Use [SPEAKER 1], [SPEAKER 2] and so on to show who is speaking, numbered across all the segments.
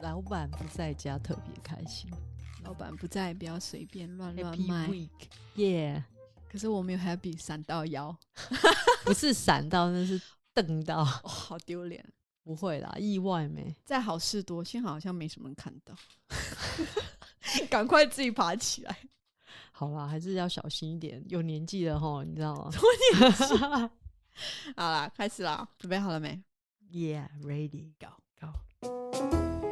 [SPEAKER 1] 老板不在家特别开心。
[SPEAKER 2] 老板不在，不要随便乱乱
[SPEAKER 1] Happy
[SPEAKER 2] 卖。
[SPEAKER 1] Week，Yeah，
[SPEAKER 2] 可是我没有 happy 闪到腰，
[SPEAKER 1] 不是闪到，那是瞪到。
[SPEAKER 2] 哦，好丢脸。
[SPEAKER 1] 不会啦，意外没。
[SPEAKER 2] 在好事多，幸好好像没什么人看到， 赶快自己爬起来。
[SPEAKER 1] 好啦，还是要小心一点。有年纪了吼，你知道 吗
[SPEAKER 2] 好啦，开始啦，准备好了没？
[SPEAKER 1] ？Yeah，ready go go。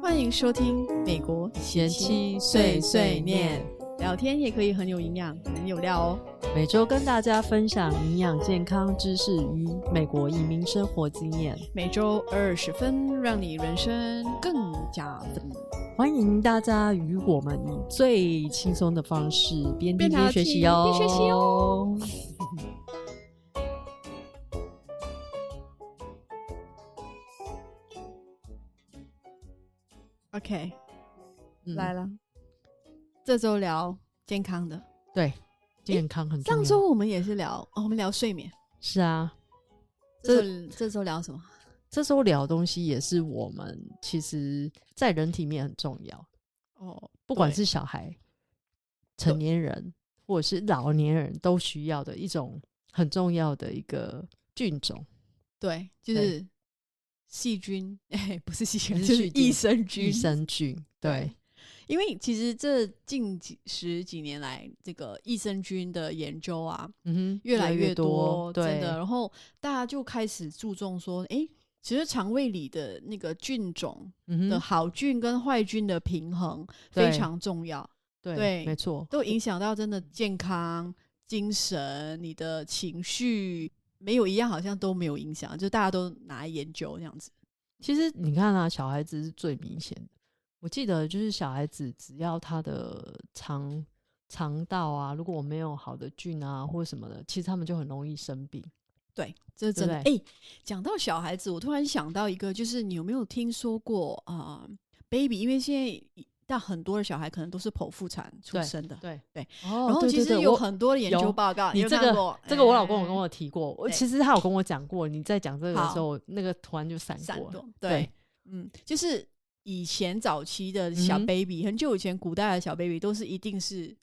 [SPEAKER 2] 欢迎收听《美国
[SPEAKER 1] 贤妻碎碎念》，，
[SPEAKER 2] 聊天也可以很有营养，很有料哦。
[SPEAKER 1] 每周跟大家分享营养健康知识与美国移民生活经验。
[SPEAKER 2] 每周二十分，让你人生更加分。
[SPEAKER 1] 欢迎大家与我们以最轻松的方式边听
[SPEAKER 2] 边聊
[SPEAKER 1] 边学习哟，
[SPEAKER 2] 天边学习
[SPEAKER 1] 哦。
[SPEAKER 2] OK，、
[SPEAKER 1] 嗯
[SPEAKER 2] 来了，这周聊健康的。
[SPEAKER 1] 对，健康很重要。
[SPEAKER 2] 上周我们也是聊，哦、我们聊睡眠。
[SPEAKER 1] 是啊，
[SPEAKER 2] 这周这周聊什么？
[SPEAKER 1] 这时候聊的东西也是我们其实在人体面很重要，
[SPEAKER 2] 哦，
[SPEAKER 1] 不管是小孩、成年人或者是老年人都需要的一种很重要的一个菌种
[SPEAKER 2] 对，就是细菌， 哎，不是细菌，
[SPEAKER 1] 是
[SPEAKER 2] 就是
[SPEAKER 1] 细菌
[SPEAKER 2] 益
[SPEAKER 1] ——
[SPEAKER 2] 生
[SPEAKER 1] 益
[SPEAKER 2] 菌。
[SPEAKER 1] 生菌。对，
[SPEAKER 2] 因为其实这近几十几年来，这个益生菌的研究啊，
[SPEAKER 1] 嗯哼，
[SPEAKER 2] 越来
[SPEAKER 1] 越
[SPEAKER 2] 多，
[SPEAKER 1] 对
[SPEAKER 2] 真的。然后大家就开始注重说，哎，其实肠胃里的那个菌种
[SPEAKER 1] 嗯
[SPEAKER 2] 的
[SPEAKER 1] 哼，
[SPEAKER 2] 好菌跟坏菌的平衡
[SPEAKER 1] 对
[SPEAKER 2] 非常重要，
[SPEAKER 1] 对，
[SPEAKER 2] 对
[SPEAKER 1] 没错，
[SPEAKER 2] 都影响到真的健康、精神、你的情绪，没有一样好像都没有影响，就大家都拿来研究这样子。
[SPEAKER 1] 其实你看啊，小孩子是最明显的。我记得就是小孩子，只要他的肠肠道啊，如果我没有好的菌啊或什么的，其实他们就很容易生病。
[SPEAKER 2] 对，这是真的。
[SPEAKER 1] 对不
[SPEAKER 2] 哎，讲到小孩子，我突然想到一个，就是你有没有听说过啊、b a b y 因为现在但很多的小孩可能都是剖腹产出
[SPEAKER 1] 对
[SPEAKER 2] 生的，
[SPEAKER 1] 对
[SPEAKER 2] 对，
[SPEAKER 1] 哦，
[SPEAKER 2] 然后
[SPEAKER 1] 对
[SPEAKER 2] 其
[SPEAKER 1] 对
[SPEAKER 2] 实
[SPEAKER 1] 对
[SPEAKER 2] 有
[SPEAKER 1] 我
[SPEAKER 2] 很多的研
[SPEAKER 1] 有
[SPEAKER 2] 究报告，
[SPEAKER 1] 你
[SPEAKER 2] 有
[SPEAKER 1] 这
[SPEAKER 2] 看
[SPEAKER 1] 个
[SPEAKER 2] 过
[SPEAKER 1] 这个，我老公有跟
[SPEAKER 2] 哎
[SPEAKER 1] 我提过，我
[SPEAKER 2] 对
[SPEAKER 1] 其实他有跟我讲过，你在讲这个的时候，那个突然就闪
[SPEAKER 2] 闪
[SPEAKER 1] 过了
[SPEAKER 2] 躲，对，嗯，就是以前早期的小
[SPEAKER 1] 嗯哼
[SPEAKER 2] baby，、很久以前古代的小 baby 都是一定是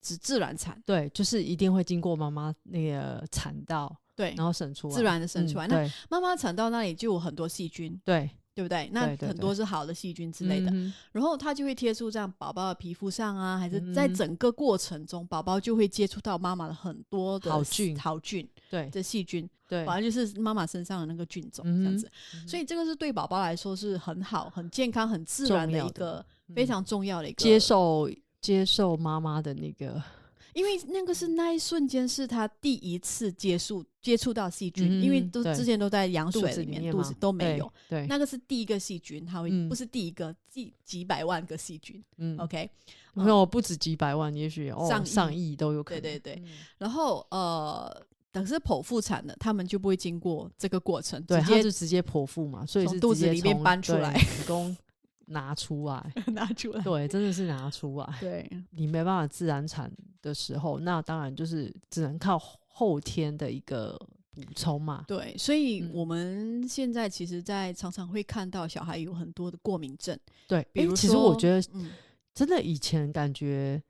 [SPEAKER 2] 只自然产，
[SPEAKER 1] 对，就是一定会经过妈妈那个产道，
[SPEAKER 2] 对，
[SPEAKER 1] 然后生出来，
[SPEAKER 2] 自然的生
[SPEAKER 1] 哦嗯
[SPEAKER 2] 出来。那
[SPEAKER 1] 对
[SPEAKER 2] 妈妈产道那里就有很多细菌，
[SPEAKER 1] 对
[SPEAKER 2] 对不对？那
[SPEAKER 1] 对对
[SPEAKER 2] 很多是好的细菌之类的，
[SPEAKER 1] 嗯哼
[SPEAKER 2] 然后它就会贴出这样宝宝的皮肤上啊，还是在
[SPEAKER 1] 嗯
[SPEAKER 2] 整个过程中，宝宝就会接触到妈妈的很多的
[SPEAKER 1] 好菌
[SPEAKER 2] 好菌
[SPEAKER 1] 对
[SPEAKER 2] 的细菌，
[SPEAKER 1] 对，嗯
[SPEAKER 2] 反正就是妈妈身上的那个菌种这样子。
[SPEAKER 1] 哼
[SPEAKER 2] 所以这个是对宝宝来说是很好、很健康、很自
[SPEAKER 1] 重
[SPEAKER 2] 然的
[SPEAKER 1] 要
[SPEAKER 2] 一
[SPEAKER 1] 的
[SPEAKER 2] 个非常重要的一
[SPEAKER 1] 嗯
[SPEAKER 2] 个
[SPEAKER 1] 接，受接受妈妈的那个
[SPEAKER 2] 因为那个
[SPEAKER 1] 嗯
[SPEAKER 2] 是那一瞬间是他第一次接触接触到细菌，因为
[SPEAKER 1] 嗯
[SPEAKER 2] 都
[SPEAKER 1] 对
[SPEAKER 2] 之前都在羊
[SPEAKER 1] 肚
[SPEAKER 2] 水
[SPEAKER 1] 子
[SPEAKER 2] 里面，
[SPEAKER 1] 面
[SPEAKER 2] 肚
[SPEAKER 1] 吗
[SPEAKER 2] 子都没有，，
[SPEAKER 1] 对，对
[SPEAKER 2] 那个是第一个细菌，它会、
[SPEAKER 1] 嗯
[SPEAKER 2] 不是第一个几几百万个细菌、
[SPEAKER 1] 嗯
[SPEAKER 2] o k
[SPEAKER 1] 没有不止几百万，也许哦
[SPEAKER 2] 上亿
[SPEAKER 1] 上亿都有可
[SPEAKER 2] 对
[SPEAKER 1] 能，
[SPEAKER 2] 对对，
[SPEAKER 1] 嗯
[SPEAKER 2] 然后呃。等是剖腹产的，他们就不会经过这个过程，
[SPEAKER 1] 对，
[SPEAKER 2] 直
[SPEAKER 1] 他
[SPEAKER 2] 接
[SPEAKER 1] 就直接剖腹嘛，所以
[SPEAKER 2] 从
[SPEAKER 1] 是
[SPEAKER 2] 肚
[SPEAKER 1] 直
[SPEAKER 2] 子
[SPEAKER 1] 接
[SPEAKER 2] 里面
[SPEAKER 1] 从
[SPEAKER 2] 搬出
[SPEAKER 1] 对
[SPEAKER 2] 来
[SPEAKER 1] 子 宫拿出来，
[SPEAKER 2] 拿出 来。
[SPEAKER 1] 对，真的是拿出来。
[SPEAKER 2] 对，
[SPEAKER 1] 你没办法自然产的时候，那当然就是只能靠后天的一个补充嘛。
[SPEAKER 2] 对，所以
[SPEAKER 1] 嗯
[SPEAKER 2] 我们现在其实，在常常会看到小孩有很多的过敏症，
[SPEAKER 1] 对，
[SPEAKER 2] 比
[SPEAKER 1] 诶
[SPEAKER 2] 如
[SPEAKER 1] 其实我
[SPEAKER 2] 说
[SPEAKER 1] 觉得
[SPEAKER 2] 嗯，
[SPEAKER 1] 真的以前感觉，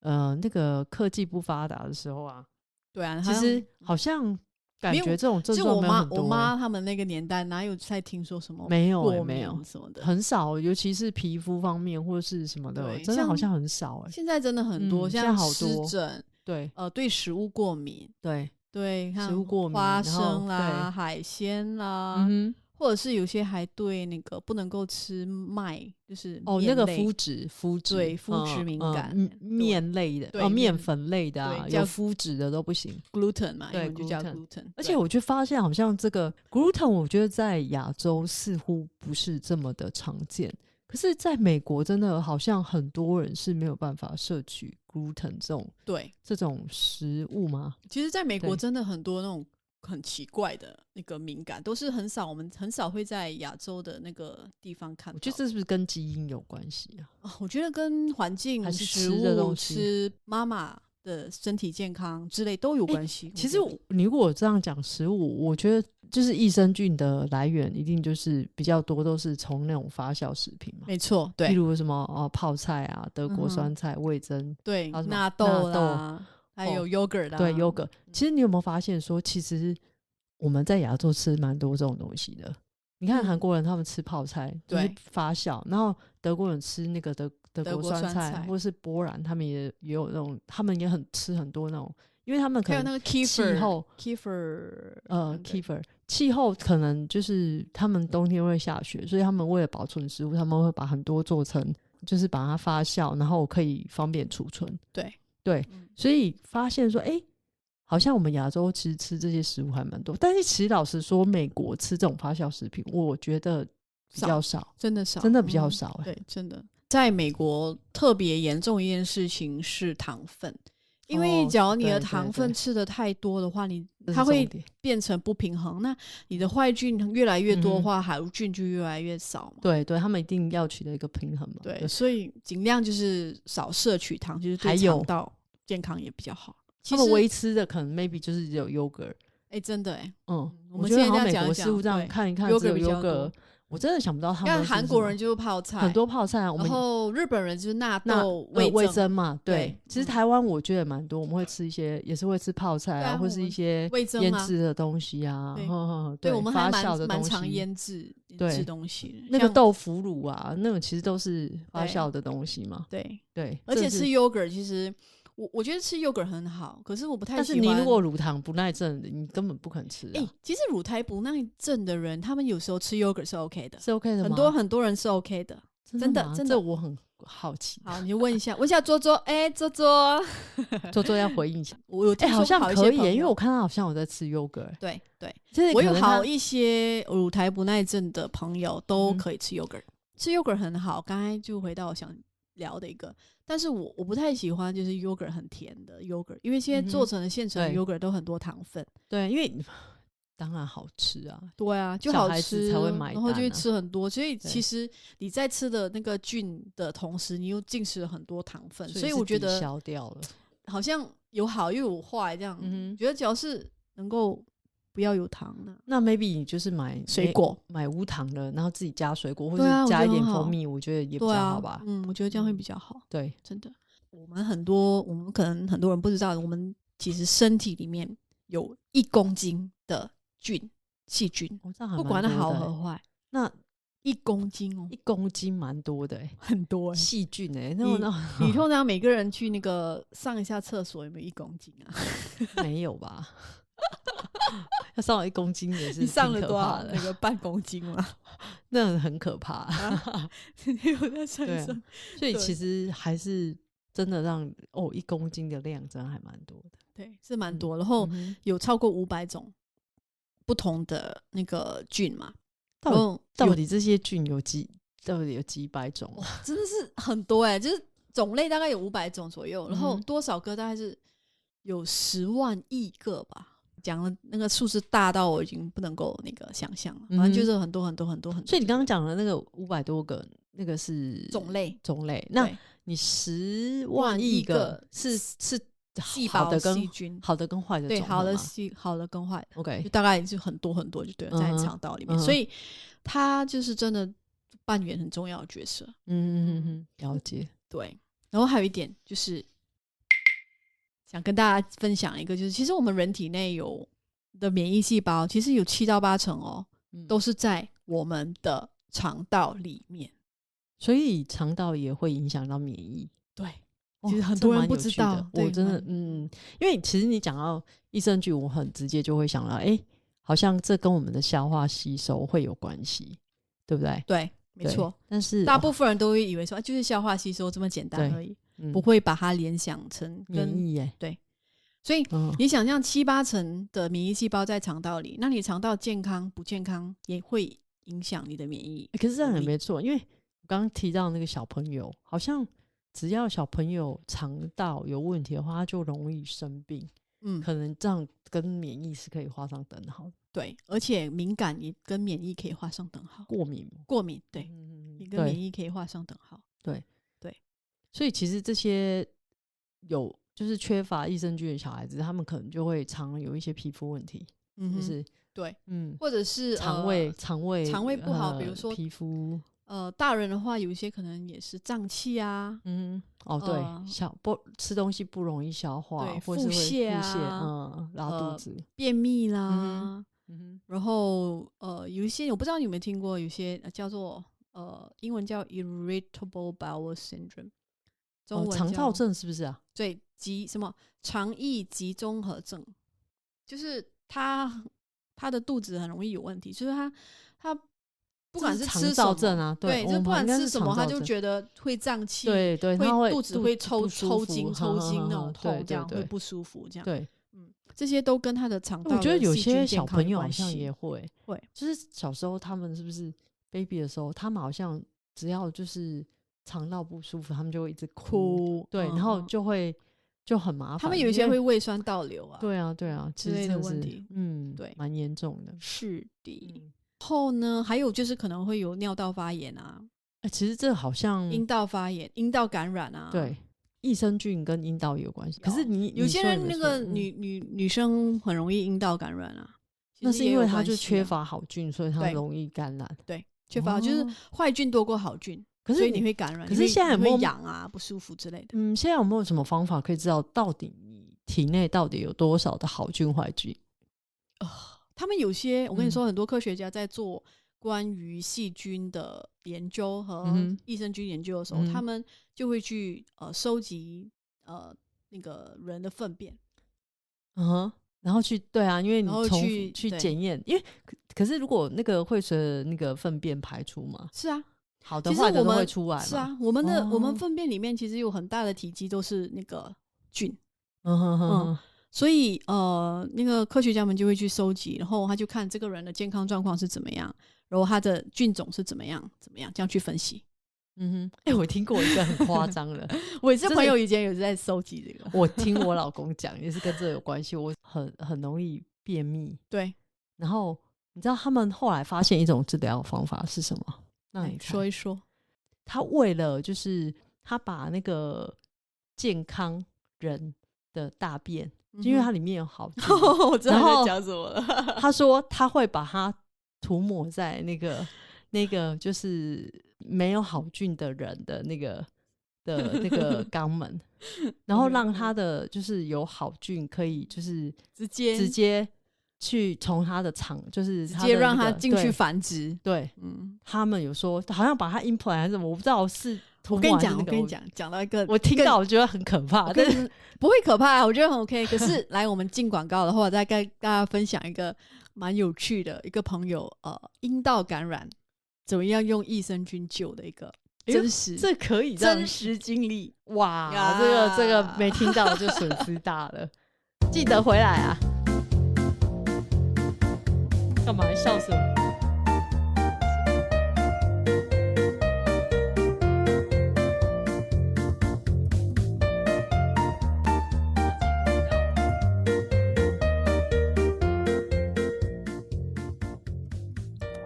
[SPEAKER 1] 呃，那个科技不发达的时候啊，
[SPEAKER 2] 对啊，
[SPEAKER 1] 其实好像感
[SPEAKER 2] 没有
[SPEAKER 1] 觉这种症
[SPEAKER 2] 就
[SPEAKER 1] 状
[SPEAKER 2] 我
[SPEAKER 1] 没有
[SPEAKER 2] 妈
[SPEAKER 1] 很
[SPEAKER 2] 我
[SPEAKER 1] 多、欸
[SPEAKER 2] 妈他们那个年代，哪有在听说什么
[SPEAKER 1] 没有、
[SPEAKER 2] 过
[SPEAKER 1] 欸、
[SPEAKER 2] 敏
[SPEAKER 1] 没有
[SPEAKER 2] 什么的？
[SPEAKER 1] 很少，尤其是皮肤方面或者是什么的，
[SPEAKER 2] 对
[SPEAKER 1] 真的好
[SPEAKER 2] 像
[SPEAKER 1] 像很少哎、
[SPEAKER 2] 现在真的很多，
[SPEAKER 1] 嗯现在
[SPEAKER 2] 像
[SPEAKER 1] 好
[SPEAKER 2] 湿
[SPEAKER 1] 多
[SPEAKER 2] 疹，
[SPEAKER 1] 对
[SPEAKER 2] 呃，对食物过敏，
[SPEAKER 1] 对，
[SPEAKER 2] 对
[SPEAKER 1] 食
[SPEAKER 2] 像
[SPEAKER 1] 物过敏
[SPEAKER 2] 花
[SPEAKER 1] 然后
[SPEAKER 2] 生啦、
[SPEAKER 1] 对
[SPEAKER 2] 海鲜啦，
[SPEAKER 1] 嗯哼，
[SPEAKER 2] 或者是有些还对那个不能够吃麦，就是
[SPEAKER 1] 哦，那
[SPEAKER 2] 面
[SPEAKER 1] 个
[SPEAKER 2] 类
[SPEAKER 1] 肤质肤质
[SPEAKER 2] 对肤质
[SPEAKER 1] 嗯
[SPEAKER 2] 敏
[SPEAKER 1] 嗯
[SPEAKER 2] 感
[SPEAKER 1] 嗯
[SPEAKER 2] 对
[SPEAKER 1] 面类的
[SPEAKER 2] 对
[SPEAKER 1] 哦，面
[SPEAKER 2] 面
[SPEAKER 1] 粉类的啊，
[SPEAKER 2] 对叫
[SPEAKER 1] 有肤质的都不行。
[SPEAKER 2] gluten 嘛，英
[SPEAKER 1] 对
[SPEAKER 2] 文就叫
[SPEAKER 1] gluten
[SPEAKER 2] gluten，
[SPEAKER 1] 而
[SPEAKER 2] 对
[SPEAKER 1] 且我就发现，好像这个 gluten，我觉得在亚洲似乎不是这么的常见，可是在美国真的好像很多人是没有办法摄取 gluten 这种
[SPEAKER 2] 对，
[SPEAKER 1] 这种食物吗？
[SPEAKER 2] 其实在美国
[SPEAKER 1] 对
[SPEAKER 2] 真的很多那种很奇怪的那个敏感，都是很少，我们很少会在亚洲的那个地方看
[SPEAKER 1] 我
[SPEAKER 2] 到。
[SPEAKER 1] 觉得 这是不是跟基因有关系啊？
[SPEAKER 2] 啊，我觉得跟环境、
[SPEAKER 1] 还是
[SPEAKER 2] 食
[SPEAKER 1] 吃的
[SPEAKER 2] 物、
[SPEAKER 1] 东西
[SPEAKER 2] 吃妈妈的身体健康之类都有关系。我
[SPEAKER 1] 其
[SPEAKER 2] 觉
[SPEAKER 1] 实
[SPEAKER 2] 得
[SPEAKER 1] 我你如果这样讲食物，我觉得就是益生菌的来源一定就是比较多都是从那种发酵食品嘛，
[SPEAKER 2] 没错，
[SPEAKER 1] 例
[SPEAKER 2] 对
[SPEAKER 1] 如什么哦泡菜啊、德国
[SPEAKER 2] 嗯哼
[SPEAKER 1] 酸菜、味噌，
[SPEAKER 2] 对，
[SPEAKER 1] 还有什么
[SPEAKER 2] 纳
[SPEAKER 1] 纳
[SPEAKER 2] 豆
[SPEAKER 1] 豆
[SPEAKER 2] 啦，还
[SPEAKER 1] 哦
[SPEAKER 2] 有 yogurt 啦，
[SPEAKER 1] 对 yogurt。其实你有没有发现说，其实我们在亚洲吃蛮多这种东西的。你看
[SPEAKER 2] 嗯
[SPEAKER 1] 韩国人他们吃泡菜，就是
[SPEAKER 2] 对
[SPEAKER 1] 发酵，然后德国人吃那个德德
[SPEAKER 2] 德
[SPEAKER 1] 国
[SPEAKER 2] 国
[SPEAKER 1] 酸
[SPEAKER 2] 酸
[SPEAKER 1] 菜，
[SPEAKER 2] 菜
[SPEAKER 1] 或是波兰，他们也也有那种，他们也很吃很多那种，因为他们可
[SPEAKER 2] 还有
[SPEAKER 1] 能
[SPEAKER 2] 那个 kefir
[SPEAKER 1] 候
[SPEAKER 2] kefir
[SPEAKER 1] 呃
[SPEAKER 2] 嗯对
[SPEAKER 1] kefir 气候可能就是他们冬天会下雪，所以他们为了保存食物，他们会把很多做成，就是把它发酵，然后可以方便储存。
[SPEAKER 2] 对
[SPEAKER 1] 对
[SPEAKER 2] 嗯，
[SPEAKER 1] 所以发现说，哎、好像我们亚洲其实吃这些食物还蛮多，但是其实老实说，美国吃这种发酵食品，我觉得比
[SPEAKER 2] 少
[SPEAKER 1] 较少，
[SPEAKER 2] 真的少，
[SPEAKER 1] 真的比较
[SPEAKER 2] 嗯
[SPEAKER 1] 少、欸。
[SPEAKER 2] 对，真的，在美国特别严重一件事情是糖分，因为
[SPEAKER 1] 哦
[SPEAKER 2] 假如你的
[SPEAKER 1] 对对
[SPEAKER 2] 糖
[SPEAKER 1] 对
[SPEAKER 2] 分吃的太多的话，你
[SPEAKER 1] 这是
[SPEAKER 2] 它会
[SPEAKER 1] 重点
[SPEAKER 2] 变成不平衡。那你的坏菌越来越多的
[SPEAKER 1] 嗯哼
[SPEAKER 2] 话，好菌就越来越少嘛。
[SPEAKER 1] 对对，他们一定要取得一个平衡嘛。
[SPEAKER 2] 对，所以尽量就是少摄取糖，就是对
[SPEAKER 1] 还
[SPEAKER 2] 肠
[SPEAKER 1] 有
[SPEAKER 2] 道健康也比较好。
[SPEAKER 1] 他
[SPEAKER 2] 其实
[SPEAKER 1] 们，唯一吃的可能 maybe 就是只有 yogurt。
[SPEAKER 2] 哎，真的哎，
[SPEAKER 1] 嗯，
[SPEAKER 2] 我们
[SPEAKER 1] 觉得
[SPEAKER 2] 现在
[SPEAKER 1] 好像
[SPEAKER 2] 要
[SPEAKER 1] 美
[SPEAKER 2] 讲一
[SPEAKER 1] 国似乎
[SPEAKER 2] 讲
[SPEAKER 1] 这
[SPEAKER 2] 对
[SPEAKER 1] 样看一看，
[SPEAKER 2] ，yogurt
[SPEAKER 1] 只有
[SPEAKER 2] 比较
[SPEAKER 1] yogurt，
[SPEAKER 2] 多
[SPEAKER 1] 我真的想不到他们
[SPEAKER 2] 看
[SPEAKER 1] 都吃
[SPEAKER 2] 韩
[SPEAKER 1] 什
[SPEAKER 2] 国
[SPEAKER 1] 么
[SPEAKER 2] 人就是泡菜，
[SPEAKER 1] 很多泡菜啊，我
[SPEAKER 2] 然
[SPEAKER 1] 们
[SPEAKER 2] 后日本人就是纳
[SPEAKER 1] 那
[SPEAKER 2] 豆、
[SPEAKER 1] 呃
[SPEAKER 2] 味
[SPEAKER 1] 味
[SPEAKER 2] 噌、
[SPEAKER 1] 噌嘛，对
[SPEAKER 2] 对，
[SPEAKER 1] 其实
[SPEAKER 2] 嗯
[SPEAKER 1] 台湾我觉得也蛮多，我们会吃一些，也是会吃泡菜
[SPEAKER 2] 对啊
[SPEAKER 1] 啊，或
[SPEAKER 2] 我
[SPEAKER 1] 是一
[SPEAKER 2] 们
[SPEAKER 1] 些
[SPEAKER 2] 味噌
[SPEAKER 1] 腌
[SPEAKER 2] 啊，
[SPEAKER 1] 制的东西啊，
[SPEAKER 2] 对
[SPEAKER 1] 呵呵呵
[SPEAKER 2] 对，我们还
[SPEAKER 1] 发酵的
[SPEAKER 2] 蛮蛮
[SPEAKER 1] 东
[SPEAKER 2] 常
[SPEAKER 1] 西，
[SPEAKER 2] 腌制腌
[SPEAKER 1] 对
[SPEAKER 2] 制东西的，
[SPEAKER 1] 那个
[SPEAKER 2] 像
[SPEAKER 1] 豆腐乳啊，那种其实都是发
[SPEAKER 2] 对
[SPEAKER 1] 酵的东西嘛，
[SPEAKER 2] 对，
[SPEAKER 1] 对，
[SPEAKER 2] 而
[SPEAKER 1] 这
[SPEAKER 2] 且
[SPEAKER 1] 是
[SPEAKER 2] 吃 yogurt 其实我我觉得吃 yogurt 很好，可是我不太
[SPEAKER 1] 但
[SPEAKER 2] 喜
[SPEAKER 1] 是
[SPEAKER 2] 欢。
[SPEAKER 1] 你如果乳糖不耐症，你根本不肯吃
[SPEAKER 2] 哎、
[SPEAKER 1] 啊，
[SPEAKER 2] 其实乳胎不耐症的人，他们有时候吃 yogurt 是 OK 的，
[SPEAKER 1] 是 OK 的吗？
[SPEAKER 2] 很多很多人是 OK 的。真
[SPEAKER 1] 真
[SPEAKER 2] 的
[SPEAKER 1] 吗
[SPEAKER 2] 真
[SPEAKER 1] 这
[SPEAKER 2] 的
[SPEAKER 1] 我很好 奇，
[SPEAKER 2] 好，你就问一下，问一下卓卓，哎、卓卓，
[SPEAKER 1] 周周要回应一下，
[SPEAKER 2] 我有
[SPEAKER 1] 哎，
[SPEAKER 2] 听说
[SPEAKER 1] 好像
[SPEAKER 2] 一些
[SPEAKER 1] 可以
[SPEAKER 2] 朋
[SPEAKER 1] 耶，因为
[SPEAKER 2] 友
[SPEAKER 1] 我看他好像我在吃 yogurt，
[SPEAKER 2] 对对，
[SPEAKER 1] 欸就是
[SPEAKER 2] 我
[SPEAKER 1] 可
[SPEAKER 2] 有
[SPEAKER 1] 能
[SPEAKER 2] 好
[SPEAKER 1] 他
[SPEAKER 2] 一些乳台不耐症的朋友都
[SPEAKER 1] 嗯
[SPEAKER 2] 可以吃 yogurt，、吃 yogurt 很好。刚才就回到我想聊的一个，但是我我不太喜欢就是 yogurt 很甜的 yogurt，因为
[SPEAKER 1] 嗯
[SPEAKER 2] 现在
[SPEAKER 1] 哼
[SPEAKER 2] 做成的现成的
[SPEAKER 1] 对
[SPEAKER 2] yogurt 都很多糖分。
[SPEAKER 1] 对，因为当然好吃啊，
[SPEAKER 2] 对啊，就
[SPEAKER 1] 小
[SPEAKER 2] 好
[SPEAKER 1] 孩子
[SPEAKER 2] 吃
[SPEAKER 1] 才会买
[SPEAKER 2] 然后就
[SPEAKER 1] 单
[SPEAKER 2] 会
[SPEAKER 1] 啊
[SPEAKER 2] 吃很多，所以
[SPEAKER 1] 对
[SPEAKER 2] 其实你在吃的那个菌的同时，你又进食了很多糖分，所以
[SPEAKER 1] 是
[SPEAKER 2] 我觉
[SPEAKER 1] 抵
[SPEAKER 2] 得
[SPEAKER 1] 消掉了。
[SPEAKER 2] 好像有好又有坏这样。
[SPEAKER 1] 嗯哼
[SPEAKER 2] 觉得只要是能够不要有糖的、
[SPEAKER 1] 那 maybe 你就是买
[SPEAKER 2] 水、果，
[SPEAKER 1] 买无糖的，然后自己加水果，或
[SPEAKER 2] 对
[SPEAKER 1] 者
[SPEAKER 2] 啊我觉
[SPEAKER 1] 加一
[SPEAKER 2] 得
[SPEAKER 1] 点
[SPEAKER 2] 很好
[SPEAKER 1] 蜂蜜，我觉得也比
[SPEAKER 2] 对
[SPEAKER 1] 较
[SPEAKER 2] 啊，
[SPEAKER 1] 好吧。
[SPEAKER 2] 嗯，我觉得这样会比较好。
[SPEAKER 1] 对，
[SPEAKER 2] 真的，我们很多，我们可能很多人不知道，我们其实身体里面有一公斤的菌细菌，
[SPEAKER 1] 我、这样还
[SPEAKER 2] 不
[SPEAKER 1] 蛮
[SPEAKER 2] 管它
[SPEAKER 1] 多的
[SPEAKER 2] 好
[SPEAKER 1] 欸
[SPEAKER 2] 和坏，
[SPEAKER 1] 那
[SPEAKER 2] 一公斤哦
[SPEAKER 1] 一，公斤蛮多的、欸，
[SPEAKER 2] 很多、欸。
[SPEAKER 1] 细菌哎、那我
[SPEAKER 2] 你
[SPEAKER 1] 那
[SPEAKER 2] 你通常每个人去那个上一下厕所有没有一公斤啊？
[SPEAKER 1] 没有吧？ 要上了一公斤也是
[SPEAKER 2] 你 上了
[SPEAKER 1] 挺可
[SPEAKER 2] 多
[SPEAKER 1] 怕
[SPEAKER 2] 少？
[SPEAKER 1] 的
[SPEAKER 2] 那，个半公斤吗？
[SPEAKER 1] 那很可怕。
[SPEAKER 2] 有在算
[SPEAKER 1] 对
[SPEAKER 2] 一
[SPEAKER 1] 啊
[SPEAKER 2] 算，
[SPEAKER 1] 所以
[SPEAKER 2] 对
[SPEAKER 1] 其实还是真的让哦，一公斤的量真的还蛮多的。
[SPEAKER 2] 对，是蛮
[SPEAKER 1] 嗯
[SPEAKER 2] 多。然后
[SPEAKER 1] 嗯哼
[SPEAKER 2] 有超过五百种不同的那个菌嘛，
[SPEAKER 1] 到
[SPEAKER 2] 然
[SPEAKER 1] 底
[SPEAKER 2] 后有
[SPEAKER 1] 到底这些菌有几到底有几百种啊？
[SPEAKER 2] 真的是很多哎、就是种类大概有五百种左右，然后
[SPEAKER 1] 嗯哼
[SPEAKER 2] 多少个大概是有十万亿个吧。讲的那个数字大到我已经不能够那个想象了，反正就是很多很多很多很多。
[SPEAKER 1] 嗯所以你刚刚讲的那个五百多个，那个是
[SPEAKER 2] 种类，
[SPEAKER 1] 种类。那
[SPEAKER 2] 对
[SPEAKER 1] 你十
[SPEAKER 2] 万
[SPEAKER 1] 万
[SPEAKER 2] 亿
[SPEAKER 1] 亿个
[SPEAKER 2] 个
[SPEAKER 1] 是是
[SPEAKER 2] 细
[SPEAKER 1] 好
[SPEAKER 2] 胞
[SPEAKER 1] 的
[SPEAKER 2] 细
[SPEAKER 1] 跟
[SPEAKER 2] 菌，
[SPEAKER 1] 好的跟坏的
[SPEAKER 2] 对
[SPEAKER 1] 总
[SPEAKER 2] 好
[SPEAKER 1] 和
[SPEAKER 2] 的
[SPEAKER 1] 吗
[SPEAKER 2] 细好的跟坏的，就
[SPEAKER 1] OK，
[SPEAKER 2] 大概就很多很多就对了，在
[SPEAKER 1] 嗯哼
[SPEAKER 2] 肠道里面，
[SPEAKER 1] 嗯哼
[SPEAKER 2] 所以它就是真的扮演很重要的角色。
[SPEAKER 1] 嗯嗯嗯嗯，了解。
[SPEAKER 2] 对，然后还有一点就是，想跟大家分享一个，就是其实我们人体内有的免疫细胞，其实有七到八成哦，
[SPEAKER 1] 嗯
[SPEAKER 2] 都是在我们的肠道里面。
[SPEAKER 1] 所以肠道也会影响到免疫。
[SPEAKER 2] 对，
[SPEAKER 1] 哇
[SPEAKER 2] 其实很
[SPEAKER 1] 这
[SPEAKER 2] 多人
[SPEAKER 1] 蛮
[SPEAKER 2] 不
[SPEAKER 1] 有
[SPEAKER 2] 知
[SPEAKER 1] 趣的
[SPEAKER 2] 道对
[SPEAKER 1] 我真的
[SPEAKER 2] 蛮
[SPEAKER 1] 嗯，因为其实你讲到益生菌，我很直接就会想到，哎、好像这跟我们的消化吸收会有关系，对不对？
[SPEAKER 2] 对，没
[SPEAKER 1] 对
[SPEAKER 2] 错，，
[SPEAKER 1] 但是
[SPEAKER 2] 大
[SPEAKER 1] 哦
[SPEAKER 2] 部分人都会以为说，啊就是消化吸收这么简单
[SPEAKER 1] 对
[SPEAKER 2] 而已，
[SPEAKER 1] 嗯
[SPEAKER 2] 不会把它联想成
[SPEAKER 1] 免
[SPEAKER 2] 跟。
[SPEAKER 1] 疫耶、
[SPEAKER 2] 所以
[SPEAKER 1] 嗯，
[SPEAKER 2] 你想象七八成的免疫细胞在肠道里，那你肠道健康不健康也会影响你的免疫
[SPEAKER 1] 欸可是这样
[SPEAKER 2] 能
[SPEAKER 1] 也
[SPEAKER 2] 力
[SPEAKER 1] 没错，因为我刚刚提到那个小朋友，好像只要小朋友肠道有问题的话，他就容易生病，
[SPEAKER 2] 嗯，
[SPEAKER 1] 可能这样跟免疫是可以画上等号的，
[SPEAKER 2] 对，而且敏感也跟免疫可以画上等号。
[SPEAKER 1] 过敏嘛。
[SPEAKER 2] 过敏，对，
[SPEAKER 1] 嗯，
[SPEAKER 2] 你跟免
[SPEAKER 1] 对，
[SPEAKER 2] 疫可以画上等号。
[SPEAKER 1] 所以其实这些有就是缺乏益生菌的小孩子，他们可能就会常有一些皮肤问题，
[SPEAKER 2] 嗯
[SPEAKER 1] 就
[SPEAKER 2] 哼
[SPEAKER 1] 是
[SPEAKER 2] 对，
[SPEAKER 1] 嗯，
[SPEAKER 2] 或者是
[SPEAKER 1] 肠胃、
[SPEAKER 2] 呃
[SPEAKER 1] 肠胃、
[SPEAKER 2] 肠胃不好比
[SPEAKER 1] 呃
[SPEAKER 2] 如说
[SPEAKER 1] 皮肤，
[SPEAKER 2] 呃，大人的话，有一些可能也是胀气啊，
[SPEAKER 1] 嗯，哦，对，
[SPEAKER 2] 呃
[SPEAKER 1] 小不吃东西不容易消化，
[SPEAKER 2] 对
[SPEAKER 1] 或是会
[SPEAKER 2] 腹
[SPEAKER 1] 腹
[SPEAKER 2] 泻
[SPEAKER 1] 泻，
[SPEAKER 2] 啊
[SPEAKER 1] 嗯，拉肚
[SPEAKER 2] 呃
[SPEAKER 1] 子，
[SPEAKER 2] 便秘啦，
[SPEAKER 1] 嗯嗯
[SPEAKER 2] 然后呃，有一些我不知道你有没有听过，有些呃叫做呃，英文叫 irritable bowel syndrome，
[SPEAKER 1] 哼，
[SPEAKER 2] 中
[SPEAKER 1] 哦
[SPEAKER 2] 文
[SPEAKER 1] 肠道
[SPEAKER 2] 叫
[SPEAKER 1] 症是不是啊？
[SPEAKER 2] 对集什么肠易集综合症，就是他他的肚子很容易有问题，就是他他不
[SPEAKER 1] 这
[SPEAKER 2] 管
[SPEAKER 1] 是肠
[SPEAKER 2] 吃什
[SPEAKER 1] 燥
[SPEAKER 2] 么
[SPEAKER 1] 症啊对
[SPEAKER 2] 对，
[SPEAKER 1] 我
[SPEAKER 2] 就
[SPEAKER 1] 们
[SPEAKER 2] 不
[SPEAKER 1] 应
[SPEAKER 2] 管
[SPEAKER 1] 该
[SPEAKER 2] 吃
[SPEAKER 1] 是
[SPEAKER 2] 什么
[SPEAKER 1] 肠
[SPEAKER 2] 他
[SPEAKER 1] 燥
[SPEAKER 2] 就
[SPEAKER 1] 症
[SPEAKER 2] 觉得会胀气，
[SPEAKER 1] 对对，它
[SPEAKER 2] 会
[SPEAKER 1] 会
[SPEAKER 2] 肚子会抽
[SPEAKER 1] 不舒
[SPEAKER 2] 抽
[SPEAKER 1] 服
[SPEAKER 2] 筋、
[SPEAKER 1] 哼
[SPEAKER 2] 抽
[SPEAKER 1] 哼
[SPEAKER 2] 筋
[SPEAKER 1] 哼
[SPEAKER 2] 那
[SPEAKER 1] 哼
[SPEAKER 2] 种
[SPEAKER 1] 对
[SPEAKER 2] 痛，这
[SPEAKER 1] 对
[SPEAKER 2] 样会
[SPEAKER 1] 对
[SPEAKER 2] 不舒服，这样
[SPEAKER 1] 对。
[SPEAKER 2] 嗯，这些都跟他的肠道
[SPEAKER 1] 我觉得
[SPEAKER 2] 的
[SPEAKER 1] 有
[SPEAKER 2] 细菌
[SPEAKER 1] 些
[SPEAKER 2] 健
[SPEAKER 1] 小
[SPEAKER 2] 康
[SPEAKER 1] 朋
[SPEAKER 2] 有
[SPEAKER 1] 友好
[SPEAKER 2] 关
[SPEAKER 1] 像
[SPEAKER 2] 系
[SPEAKER 1] 也会，
[SPEAKER 2] 会，
[SPEAKER 1] 就是小时候他们是不是 baby 的时候，他们好像只要就是肠道不舒服，他们就会一直哭，
[SPEAKER 2] 哭，
[SPEAKER 1] 对，
[SPEAKER 2] 嗯
[SPEAKER 1] 然后
[SPEAKER 2] 嗯
[SPEAKER 1] 就会就很麻烦。
[SPEAKER 2] 他们有一
[SPEAKER 1] 因
[SPEAKER 2] 些
[SPEAKER 1] 为
[SPEAKER 2] 会胃酸倒流啊，，
[SPEAKER 1] 对啊，对啊，其
[SPEAKER 2] 之
[SPEAKER 1] 实
[SPEAKER 2] 类
[SPEAKER 1] 真
[SPEAKER 2] 的问
[SPEAKER 1] 是
[SPEAKER 2] 题
[SPEAKER 1] 嗯，
[SPEAKER 2] 对
[SPEAKER 1] 蛮严重的。
[SPEAKER 2] 是的。
[SPEAKER 1] 嗯，
[SPEAKER 2] 后呢，还有就是可能会有尿道发炎啊，
[SPEAKER 1] 哎、其实这好像
[SPEAKER 2] 阴道发炎、阴道感染啊，
[SPEAKER 1] 嗯对益生菌跟阴道也有关系，可是
[SPEAKER 2] 有
[SPEAKER 1] 你
[SPEAKER 2] 有
[SPEAKER 1] 你
[SPEAKER 2] 些
[SPEAKER 1] 说也
[SPEAKER 2] 人
[SPEAKER 1] 没
[SPEAKER 2] 那
[SPEAKER 1] 错
[SPEAKER 2] 个
[SPEAKER 1] 嗯
[SPEAKER 2] 女女女生很容易阴道感染啊，其
[SPEAKER 1] 那
[SPEAKER 2] 实
[SPEAKER 1] 是
[SPEAKER 2] 也
[SPEAKER 1] 因
[SPEAKER 2] 有
[SPEAKER 1] 为它
[SPEAKER 2] 关
[SPEAKER 1] 就
[SPEAKER 2] 系
[SPEAKER 1] 缺
[SPEAKER 2] 啊
[SPEAKER 1] 乏好菌，所以它
[SPEAKER 2] 对
[SPEAKER 1] 容易感染。
[SPEAKER 2] 缺乏，就是
[SPEAKER 1] 哦
[SPEAKER 2] 坏菌多过好菌，
[SPEAKER 1] 可
[SPEAKER 2] 所
[SPEAKER 1] 是
[SPEAKER 2] 以你会感染，
[SPEAKER 1] 可
[SPEAKER 2] 你
[SPEAKER 1] 是
[SPEAKER 2] 会
[SPEAKER 1] 现在有
[SPEAKER 2] 你
[SPEAKER 1] 没有
[SPEAKER 2] 会痒啊、不舒服之类的。
[SPEAKER 1] 嗯，现在有没有什么方法可以知道到底你体内到底有多少的好菌坏菌？
[SPEAKER 2] 哦他们有些，我跟你
[SPEAKER 1] 嗯
[SPEAKER 2] 说，很多科学家在做关于细菌的研究和
[SPEAKER 1] 嗯哼
[SPEAKER 2] 益生菌研究的时候，
[SPEAKER 1] 嗯
[SPEAKER 2] 他们就会去呃收集呃那个人的粪便，
[SPEAKER 1] 嗯哼，然后去对啊，因为你
[SPEAKER 2] 然后
[SPEAKER 1] 重复
[SPEAKER 2] 去
[SPEAKER 1] 去
[SPEAKER 2] 对
[SPEAKER 1] 检验，因为可可是如果那个会随着那个粪便排出嘛，
[SPEAKER 2] 是啊，
[SPEAKER 1] 好的
[SPEAKER 2] 其实
[SPEAKER 1] 坏的
[SPEAKER 2] 我
[SPEAKER 1] 都会
[SPEAKER 2] 们
[SPEAKER 1] 出来嘛，
[SPEAKER 2] 是啊，我们的、我
[SPEAKER 1] 哦
[SPEAKER 2] 们粪便里面其实有很大的体积都是那个菌，
[SPEAKER 1] 嗯哼哼
[SPEAKER 2] 嗯
[SPEAKER 1] 哼，
[SPEAKER 2] 所以呃，那个科学家们就会去收集，然后他就看这个人的健康状况是怎么样，然后他的菌种是怎么样怎么样，这样去分析。
[SPEAKER 1] 嗯哼，哎、我听过一个很夸张的，
[SPEAKER 2] 我也是
[SPEAKER 1] 真的
[SPEAKER 2] 朋友以前有在收集这个，
[SPEAKER 1] 我听我老公讲也是跟这有关系，我很很容易便秘，
[SPEAKER 2] 对，
[SPEAKER 1] 然后你知道他们后来发现一种治疗方法是什么？那
[SPEAKER 2] 来
[SPEAKER 1] 你猜
[SPEAKER 2] 说一说，
[SPEAKER 1] 他为了就是他把那个健康人的大便，因为它
[SPEAKER 2] 嗯，
[SPEAKER 1] 里面有好菌
[SPEAKER 2] 哼 我知道
[SPEAKER 1] 然
[SPEAKER 2] 你在
[SPEAKER 1] 后
[SPEAKER 2] 讲什么了，
[SPEAKER 1] 他说他会把它涂抹在那个那个就是没有好菌的人的那个的那个肛门， 然后
[SPEAKER 2] OK，
[SPEAKER 1] 让
[SPEAKER 2] OK
[SPEAKER 1] 他的就是有好菌可以就是
[SPEAKER 2] 直接
[SPEAKER 1] 直接去从他的肠，就是
[SPEAKER 2] 直
[SPEAKER 1] 它
[SPEAKER 2] 接
[SPEAKER 1] 的
[SPEAKER 2] 让
[SPEAKER 1] 那
[SPEAKER 2] 它
[SPEAKER 1] 个
[SPEAKER 2] 进去
[SPEAKER 1] 对
[SPEAKER 2] 繁殖，
[SPEAKER 1] 对
[SPEAKER 2] 嗯。
[SPEAKER 1] 他们有说，好像把它 implant 还是什么，我不知道是涂
[SPEAKER 2] 我
[SPEAKER 1] 抹
[SPEAKER 2] 跟你
[SPEAKER 1] 还是
[SPEAKER 2] 讲，我
[SPEAKER 1] 那个
[SPEAKER 2] 跟你，讲，讲到一个
[SPEAKER 1] 我听到我觉得很可怕，但
[SPEAKER 2] 但
[SPEAKER 1] 是
[SPEAKER 2] 是不会可怕、啊，我觉得很 OK。可是来我们进广告的话，我再跟大家分享一个蛮有趣的一个朋友，呃，阴道感染怎么样用益生菌救的一个
[SPEAKER 1] 哎呦
[SPEAKER 2] 真实、
[SPEAKER 1] 这可以让
[SPEAKER 2] 真实经历。
[SPEAKER 1] 哇，
[SPEAKER 2] 啊
[SPEAKER 1] 这个这个没听到就损失大 了，记得回来啊！干嘛笑什么？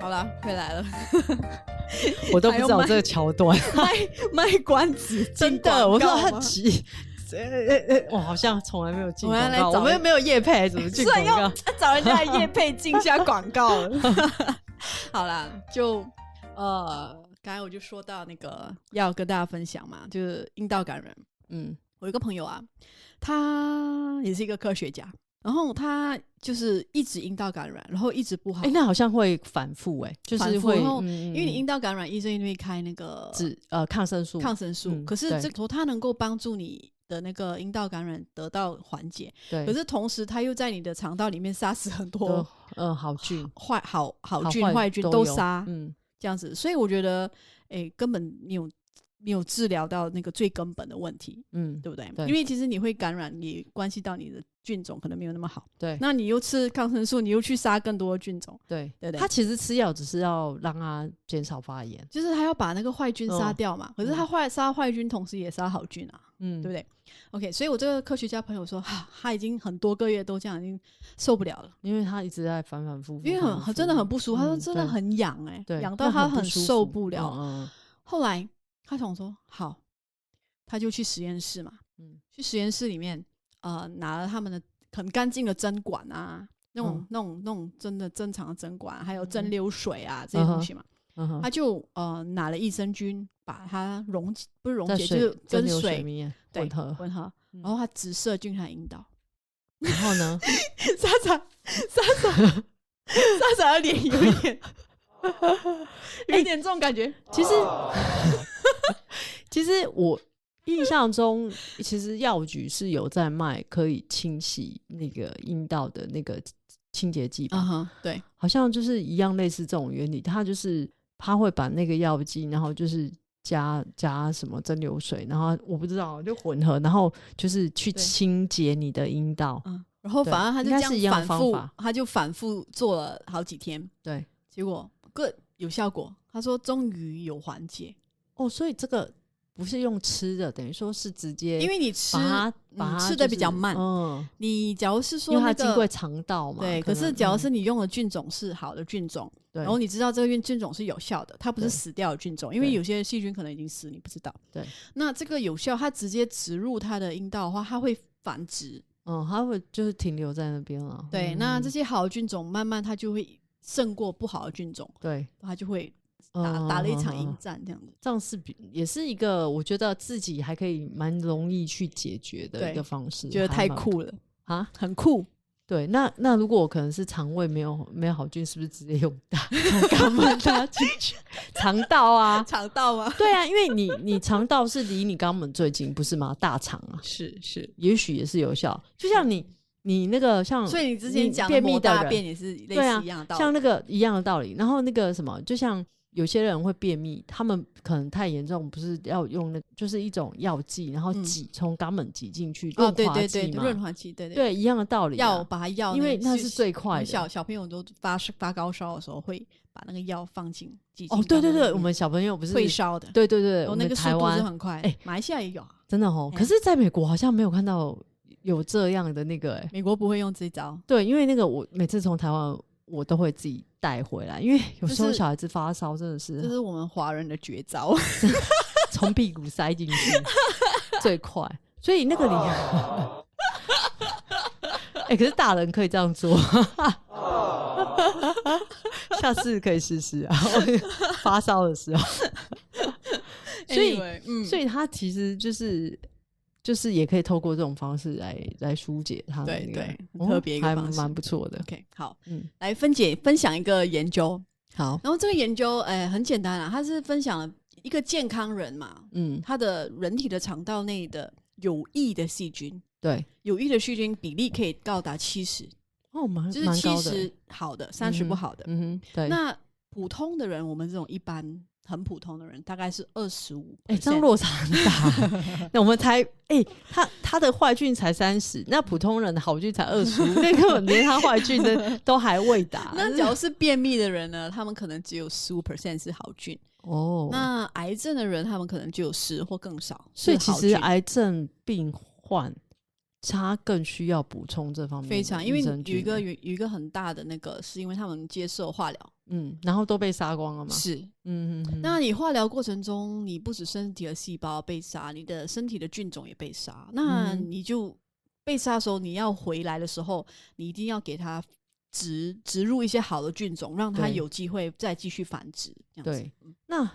[SPEAKER 2] 好了，回来了，
[SPEAKER 1] 我都不
[SPEAKER 2] 还有
[SPEAKER 1] 知道
[SPEAKER 2] 麦
[SPEAKER 1] 这个桥段，
[SPEAKER 2] 卖关子，
[SPEAKER 1] 真的，我说
[SPEAKER 2] 说
[SPEAKER 1] 他 急。呃呃呃，我好像从来没有进
[SPEAKER 2] 我
[SPEAKER 1] 广
[SPEAKER 2] 们要来
[SPEAKER 1] 告，我
[SPEAKER 2] 找
[SPEAKER 1] 们
[SPEAKER 2] 一
[SPEAKER 1] 没有夜配，怎么进
[SPEAKER 2] 所
[SPEAKER 1] 广
[SPEAKER 2] 以要
[SPEAKER 1] 告？
[SPEAKER 2] 找人家来夜配进一下广告了。 好啦，就呃，刚才我就说到那个要跟大家分享嘛，就是阴道感染。
[SPEAKER 1] 嗯
[SPEAKER 2] 我有一个朋友啊，他也是一个科学家，然后他就是一直阴道感染，然后一直不好，
[SPEAKER 1] 哎、那好像会反复哎、就是
[SPEAKER 2] 反复
[SPEAKER 1] 会，
[SPEAKER 2] 然后
[SPEAKER 1] 因
[SPEAKER 2] 因为你阴道感染，医生一定会开那个
[SPEAKER 1] 指呃抗生素，
[SPEAKER 2] 抗生素，
[SPEAKER 1] 嗯
[SPEAKER 2] 可是
[SPEAKER 1] 对
[SPEAKER 2] 这个时候它能够帮助你的那个阴道感染得到缓解，
[SPEAKER 1] 对，
[SPEAKER 2] 可是同时它又在你的肠道里面杀死很
[SPEAKER 1] 都
[SPEAKER 2] 多
[SPEAKER 1] 呃好菌，
[SPEAKER 2] 坏好好
[SPEAKER 1] 好
[SPEAKER 2] 菌坏菌
[SPEAKER 1] 都
[SPEAKER 2] 都
[SPEAKER 1] 有
[SPEAKER 2] 杀，
[SPEAKER 1] 嗯，
[SPEAKER 2] 这样子，所以我觉得哎，根本没有没有治疗到那个最根本的问题。
[SPEAKER 1] 嗯，
[SPEAKER 2] 对不对？
[SPEAKER 1] 对
[SPEAKER 2] 因为其实你会感染，也关系到你的菌种可能没有那么好。
[SPEAKER 1] 对
[SPEAKER 2] 那你又吃抗生素，你又去杀更多的菌种，
[SPEAKER 1] 对
[SPEAKER 2] 对对
[SPEAKER 1] 它其实吃药只是要让它减少发炎，
[SPEAKER 2] 就是他要把那个坏菌杀
[SPEAKER 1] 嗯
[SPEAKER 2] 掉嘛。可是他坏杀坏菌，同时也杀好菌啊，
[SPEAKER 1] 嗯，
[SPEAKER 2] 对不对？OK，所以我这个科学家朋友说，哈、他已经很多个月都这样，已经受不了了，
[SPEAKER 1] 因为它一直在反反复复，
[SPEAKER 2] 因为
[SPEAKER 1] 反
[SPEAKER 2] 很
[SPEAKER 1] 反
[SPEAKER 2] 很
[SPEAKER 1] 复
[SPEAKER 2] 真的
[SPEAKER 1] 复
[SPEAKER 2] 很不舒服，他说
[SPEAKER 1] 嗯
[SPEAKER 2] 真的
[SPEAKER 1] 对
[SPEAKER 2] 很痒哎、
[SPEAKER 1] 对，
[SPEAKER 2] 痒
[SPEAKER 1] 会
[SPEAKER 2] 到他
[SPEAKER 1] 很
[SPEAKER 2] 很
[SPEAKER 1] 舒
[SPEAKER 2] 受
[SPEAKER 1] 服
[SPEAKER 2] 不了。
[SPEAKER 1] 嗯嗯
[SPEAKER 2] 后来他想说，好，他就去实验室嘛，
[SPEAKER 1] 嗯
[SPEAKER 2] 去实验室里面，呃，拿了他们的很干净的针管啊，那种、
[SPEAKER 1] 嗯
[SPEAKER 2] 那种那种真的正常的针管，啊还有
[SPEAKER 1] 嗯
[SPEAKER 2] 蒸馏水啊、这些东西嘛，
[SPEAKER 1] 嗯哼，
[SPEAKER 2] 他就呃拿了益生菌，把它溶解不是溶
[SPEAKER 1] 在
[SPEAKER 2] 解，就
[SPEAKER 1] 水
[SPEAKER 2] 是跟
[SPEAKER 1] 蒸馏水
[SPEAKER 2] 水
[SPEAKER 1] 里面
[SPEAKER 2] 对
[SPEAKER 1] 混合，
[SPEAKER 2] 混合，
[SPEAKER 1] 嗯
[SPEAKER 2] 然后他直射进他的 阴道，
[SPEAKER 1] 然后呢，
[SPEAKER 2] 莎莎莎莎莎莎的脸有一点有一点这种感觉，
[SPEAKER 1] 其 实其实我印象中，其实药局是有在卖可以清洗那个阴道的那个清洁剂吧，
[SPEAKER 2] 嗯哼，对，
[SPEAKER 1] 好像就是一样类似这种原理，它就是它会把那个药剂，然后就是加加什么蒸馏水，然后我不知道就混合，然后就是去
[SPEAKER 2] 对
[SPEAKER 1] 清洁你的阴道。
[SPEAKER 2] 嗯，然后
[SPEAKER 1] 对
[SPEAKER 2] 反正他就
[SPEAKER 1] 应该是
[SPEAKER 2] 这
[SPEAKER 1] 一样的
[SPEAKER 2] 样
[SPEAKER 1] 方
[SPEAKER 2] 反复
[SPEAKER 1] 法，
[SPEAKER 2] 他就反复做了好几天，
[SPEAKER 1] 对，
[SPEAKER 2] 结果 good 有效果，他说终于有缓解，
[SPEAKER 1] 哦，所以这个不是用吃的，等于说是直接
[SPEAKER 2] 因为你吃
[SPEAKER 1] 把它
[SPEAKER 2] 嗯
[SPEAKER 1] 把它、
[SPEAKER 2] 吃得比较慢
[SPEAKER 1] 嗯，
[SPEAKER 2] 你假如是说
[SPEAKER 1] 因为它
[SPEAKER 2] 那
[SPEAKER 1] 经过
[SPEAKER 2] 个
[SPEAKER 1] 肠道嘛。
[SPEAKER 2] 对，可
[SPEAKER 1] 可
[SPEAKER 2] 是
[SPEAKER 1] 能
[SPEAKER 2] 假如是
[SPEAKER 1] 嗯
[SPEAKER 2] 你用的菌种是好的菌种，
[SPEAKER 1] 对，
[SPEAKER 2] 然后你知道这个菌菌种是有效的，它不是
[SPEAKER 1] 对
[SPEAKER 2] 死掉的菌种，因为
[SPEAKER 1] 对
[SPEAKER 2] 有些细菌可能已经死，你不知道。
[SPEAKER 1] 对，
[SPEAKER 2] 那这个有效，它直接植入它的阴道的话，它会繁殖。
[SPEAKER 1] 嗯，它会就是停留在那边了。
[SPEAKER 2] 对，那这
[SPEAKER 1] 嗯
[SPEAKER 2] 些好的菌种慢慢它就会胜过不好的菌种，
[SPEAKER 1] 对
[SPEAKER 2] 它就会打、
[SPEAKER 1] 嗯
[SPEAKER 2] 打了一场赢战这样子。
[SPEAKER 1] 这样是比也是一个我觉得自己还可以蛮容易去解决的一
[SPEAKER 2] 对
[SPEAKER 1] 个方式，
[SPEAKER 2] 觉得
[SPEAKER 1] 还
[SPEAKER 2] 太
[SPEAKER 1] 蛮
[SPEAKER 2] 酷了，
[SPEAKER 1] 啊！
[SPEAKER 2] 很 酷。
[SPEAKER 1] 对，那那如果我可能是肠胃没有没有好菌，是不是直接用大 从肛门拉进去肠道啊？
[SPEAKER 2] 肠道吗？
[SPEAKER 1] 对啊，因为你你肠道是离你肛门最近，不是吗？大肠啊，
[SPEAKER 2] 是是。
[SPEAKER 1] 也许也是有效。就像你你那个像，
[SPEAKER 2] 嗯所以你之前讲
[SPEAKER 1] 嗯
[SPEAKER 2] 的
[SPEAKER 1] 便
[SPEAKER 2] 抹
[SPEAKER 1] 秘
[SPEAKER 2] 大
[SPEAKER 1] 的
[SPEAKER 2] 便
[SPEAKER 1] 人，
[SPEAKER 2] 也是类
[SPEAKER 1] 对啊
[SPEAKER 2] 似一样的道理，
[SPEAKER 1] 像那个一样的道理。然后那个什么，就像有些人会便秘，他们可能太严重，不是要用那就是一种药剂，然后
[SPEAKER 2] 嗯
[SPEAKER 1] 挤从肛门挤进去
[SPEAKER 2] 哦，
[SPEAKER 1] 润
[SPEAKER 2] 对
[SPEAKER 1] 滑
[SPEAKER 2] 对
[SPEAKER 1] 剂
[SPEAKER 2] 对，
[SPEAKER 1] 嘛，
[SPEAKER 2] 润滑剂，对对
[SPEAKER 1] 对一样的道理啊、
[SPEAKER 2] 药把它药那个，
[SPEAKER 1] 因为那
[SPEAKER 2] 就是
[SPEAKER 1] 最快的。
[SPEAKER 2] 小小朋友都发发高烧的时候，会把那个药放进剂
[SPEAKER 1] 哦，对对对，我们小朋友不是
[SPEAKER 2] 退烧的，
[SPEAKER 1] 对对对，
[SPEAKER 2] 然
[SPEAKER 1] 我
[SPEAKER 2] 哦后那
[SPEAKER 1] 们
[SPEAKER 2] 个速
[SPEAKER 1] 台
[SPEAKER 2] 度是
[SPEAKER 1] 湾
[SPEAKER 2] 很快。
[SPEAKER 1] 哎
[SPEAKER 2] 马来西亚也有啊，
[SPEAKER 1] 真的哦。
[SPEAKER 2] 哎
[SPEAKER 1] 可是在美国好像没有看到有这样的那个哎、
[SPEAKER 2] 美国不会用这招，
[SPEAKER 1] 对，因为那个我每次从台湾我都会自己带回来，因为有时候
[SPEAKER 2] 就是
[SPEAKER 1] 小孩子发烧真的是
[SPEAKER 2] 这是我们华人的绝招。
[SPEAKER 1] 从屁股塞进去最快，所以那个你。哎、可是大人可以这样做，下次可以试试啊！发烧的时候， 所以
[SPEAKER 2] Anyway，嗯，
[SPEAKER 1] 所以他其实就是就是也可以透过这种方式来来疏解他的
[SPEAKER 2] 对
[SPEAKER 1] 那个哦
[SPEAKER 2] 对很特别一个
[SPEAKER 1] 还
[SPEAKER 2] 方式
[SPEAKER 1] 蛮不错的。
[SPEAKER 2] OK 好，
[SPEAKER 1] 嗯，
[SPEAKER 2] 来分解分享一个研究，
[SPEAKER 1] 好，
[SPEAKER 2] 然后这个研究哎很简单啊，它是分享了一个健康人嘛，
[SPEAKER 1] 嗯，
[SPEAKER 2] 他的人体的肠道内的有益的细菌，
[SPEAKER 1] 对，
[SPEAKER 2] 有益的细菌比例可以高达七十，
[SPEAKER 1] 哦，蛮
[SPEAKER 2] 就是
[SPEAKER 1] 蛮
[SPEAKER 2] 七
[SPEAKER 1] 高的欸，
[SPEAKER 2] 十好的，三十
[SPEAKER 1] 嗯
[SPEAKER 2] 不好的。
[SPEAKER 1] 嗯哼，对。
[SPEAKER 2] 那普通的人，我们这种一般很普通的人，大概是二十五。
[SPEAKER 1] 哎、这样落差很大 欸。那我们才哎、他他的坏菌才三十，那普通人的好菌才二十五，那根本连他坏菌 的都还未达。
[SPEAKER 2] 那假如是便秘的人呢？他们可能只有十五 percent 是好菌。
[SPEAKER 1] 哦，
[SPEAKER 2] 那癌症的人，他们可能就有十或更少。
[SPEAKER 1] 所以
[SPEAKER 2] 是
[SPEAKER 1] 其
[SPEAKER 2] 好
[SPEAKER 1] 实
[SPEAKER 2] 菌
[SPEAKER 1] 癌症病患他更需要补充这方面的
[SPEAKER 2] 非常，因为
[SPEAKER 1] 益
[SPEAKER 2] 你
[SPEAKER 1] 生
[SPEAKER 2] 有一
[SPEAKER 1] 菌
[SPEAKER 2] 个
[SPEAKER 1] 欸
[SPEAKER 2] 有有一个很大的那个，是因为他们接受化疗。
[SPEAKER 1] 嗯，然后都被杀光了嘛。
[SPEAKER 2] 是，
[SPEAKER 1] 嗯嗯嗯，
[SPEAKER 2] 那你化疗过程中，你不止身体的细胞被杀，你的身体的菌种也被杀。那
[SPEAKER 1] 嗯哼
[SPEAKER 2] 你就被杀的时候，你要回来的时候，你一定要给它植植入一些好的菌种，让它
[SPEAKER 1] 对
[SPEAKER 2] 有机会再继续繁殖。这样子嗯
[SPEAKER 1] 对，那